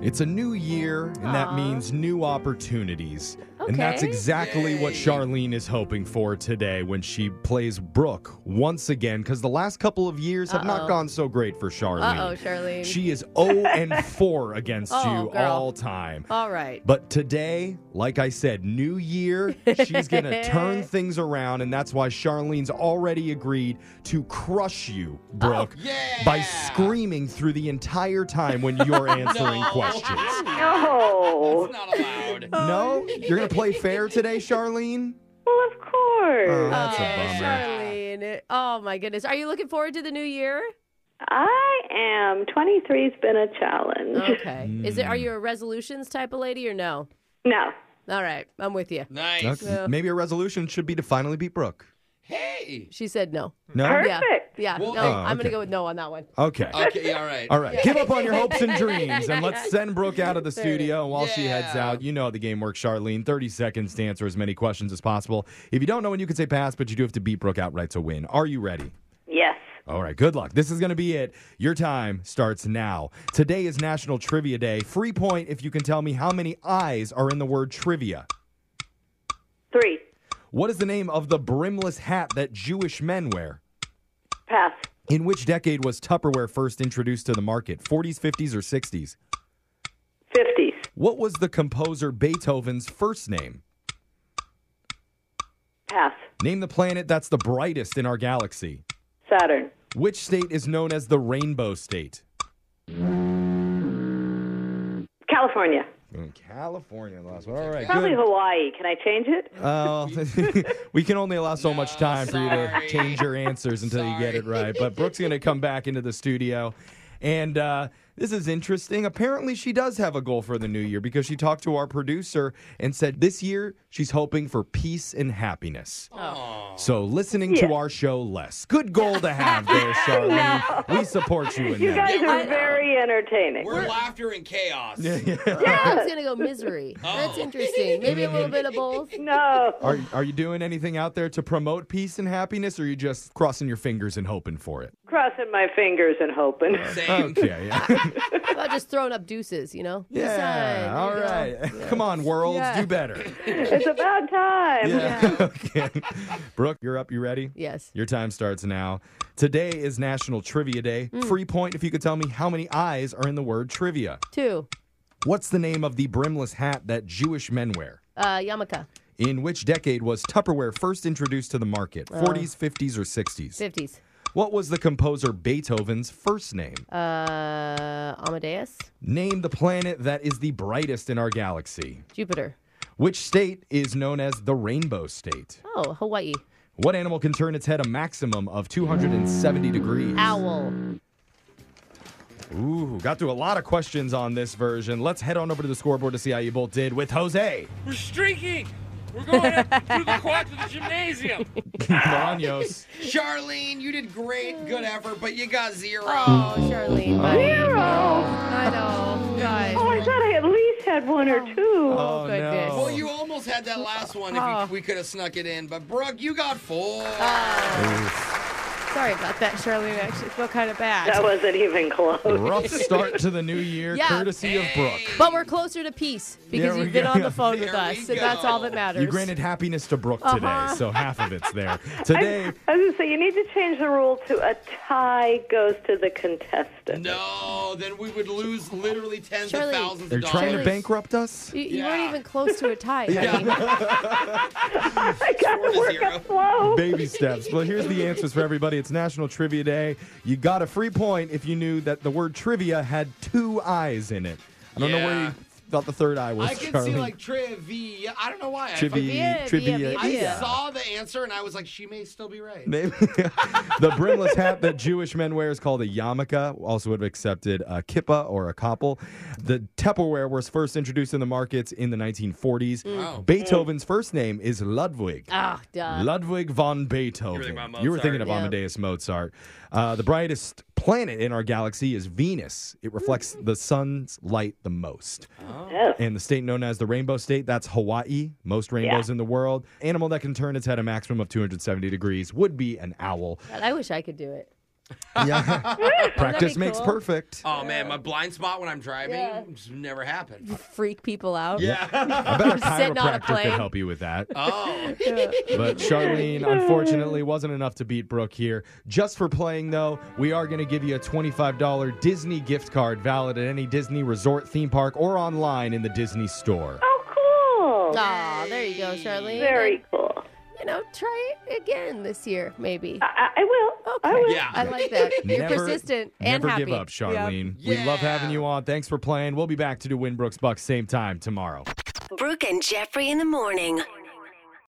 It's a new year, and that Aw. means new opportunities. And that's Okay. exactly what Charlene is hoping for today when she plays Brooke once again, because the last couple of years have not Uh-oh. gone so great for Charlene. Uh oh, Charlene. She is 0 and 4 against Oh, you girl. all time. All right. But today, like I said, new year, she's going to turn things around. And that's why Charlene's already agreed to crush you, Oh, Brooke, Yeah. by screaming through the entire time when you're answering No. questions. No. That's not allowed. No? You're going to play fair today, Charlene? Well, of Oh, course. that's oh, a bummer. Charlene. Oh my goodness. Are you looking forward to the new year? I am. 23's been a challenge. Uh. Okay. Is it? Are you a resolutions type of lady or no? No. All right, I'm with you. Nice. Okay. Maybe a resolution should be to finally beat Brooke. Hey. She said no. No? Perfect. Yeah. Yeah. Well, no, Oh, I'm okay. gonna go with no on that one. Okay. Okay. All right. All right, give up on your hopes and dreams and let's send Brooke out of the studio. And while she heads Yeah. out, you know how the game works, Charlene. 30 seconds to answer as many questions as possible. If you don't know when you can say pass, but you do have to beat Brooke outright to win. Are you ready? Yes. All right, good luck. This is going to be it. Your time starts now. Today is National Trivia Day. Free point if you can tell me how many I's are in the word trivia. Three. What is the name of the brimless hat that Jewish men wear? Pass. In which decade was Tupperware first introduced to the market? 40s, 50s, or 60s? 50s. What was the composer Beethoven's first name? Pass. Name the planet that's the brightest in our galaxy. Saturn. Which state is known as the Rainbow State? California. California, last one. All right, Probably Hawaii. Can I change it? Oh, we can only allow so much No, time for you to sorry. change your answers until you get it Sorry. right. But Brooke's going to come back into the studio. And uh, this is interesting. Apparently, she does have a goal for the new year because she talked to our producer and said this year she's hoping for peace and happiness. So, listening to Yeah. our show less. Good goal to have there, Charlene. We support you in You that. guys are very entertaining. We're laughter and chaos. I was gonna go misery. Oh. That's interesting. Maybe a little bit of both. No. Are, are you doing anything out there to promote peace and happiness, or are you just crossing your fingers and hoping for it? Crossing my fingers and hoping. Same. Okay. yeah. Well, just throwing up deuces, you know. Peace Yeah. sign. All uh, There you go. right. Come on, world. Yeah. Do better. It's about time. Yeah. okay. Brooke, you're up. You ready? Yes. Your time starts now. Today is National Trivia Day. Mm. Free point if you could tell me how many I's are in the word trivia. Two. What's the name of the brimless hat that Jewish men wear? Uh, Yamaka. In which decade was Tupperware first introduced to the market? 40s, 50s, or 60s? Fifties. What was the composer Beethoven's first name? Uh, Amadeus. Name the planet that is the brightest in our galaxy. Jupiter. Which state is known as the Rainbow State? Oh, Hawaii. What animal can turn its head a maximum of 270 degrees? Owl. Ooh, got through a lot of questions on this version. Let's head on over to the scoreboard to see how you both did with Jose We're streaking. We're going up through the quad to the gymnasium. Oh, Bolaños. Charlene, you did great. Good effort, but you got zero. Oh, Mm. Mm-hmm. Charlene. buddy. Zero. I know. Oh, God. I thought I at least had one or two. Oh, goodness. no. Well, you almost had that last one if Oh. you, we could have snuck it in, but Brooke, you got four. Ah. Sorry about that, Charlene. I actually feel kind of bad. That wasn't even close. Rough start to the new year, Yeah. courtesy of Brooke. But we're closer to peace because There we you've been go. on the phone with There we us, and that's all that go. matters. You granted happiness to Brooke Uh-huh. today, so half of it's there. Today, I was going to say, you need to change the rule to a tie goes to the contestant. no, then we would lose literally tens Charlene, of thousands they're of trying dollars. to bankrupt us? You, you weren't Yeah. even close to a tie. Charlene. I got Four to to work zero. up slow. Baby steps. Well, here's the answers for everybody. It's National Trivia Day. You got a free point if you knew that the word trivia had two I's in it. I don't know where Yeah. you thought the third I was. I can Charlie. see like trivia. I don't know why. I fucking- trivia, Trivia, trivia. I Yeah. saw the answer and I was like, she may still be right. Maybe. the brimless hat that Jewish men wear is called a yarmulke. Also would have accepted a kippah or a koppel. The Tupperware was first introduced in the markets in the 1940s. Mm. Wow. Beethoven's first name is Ludwig. Ah, duh. Ludwig von Beethoven. about You were thinking of Mozart. Yeah. Amadeus Mozart. Uh, the brightest planet in our galaxy is Venus. It reflects the sun's light the most. Yes. And the state known as the Rainbow State, that's Hawaii. Most rainbows in the world. Animal that can turn its head a maximum of 270 degrees would be an owl. God, I wish I could do it. Yeah. Practice makes cool? perfect. Oh man, my blind spot when I'm driving Yeah. just never happened. Freak people out. Yeah. I bet a Sitting on a chiropractor could plane. help you with that. oh. But Charlene, unfortunately, wasn't enough to beat Brooke here. Just for playing, though, we are going to give you a $25 Disney gift card valid at any Disney resort, theme park, or online in the Disney store. Oh, cool. Aw, there you go, Charlene. Very cool. You know, try it again this year, maybe. I, I will. I Okay. will. Yeah. I like that. You're Never- persistent and Never happy. give up, Charlene. We Yeah. love having you on. Thanks for playing. We'll be back to do Winbrooks Bucks same time tomorrow. Brooke and Jeffrey in the morning.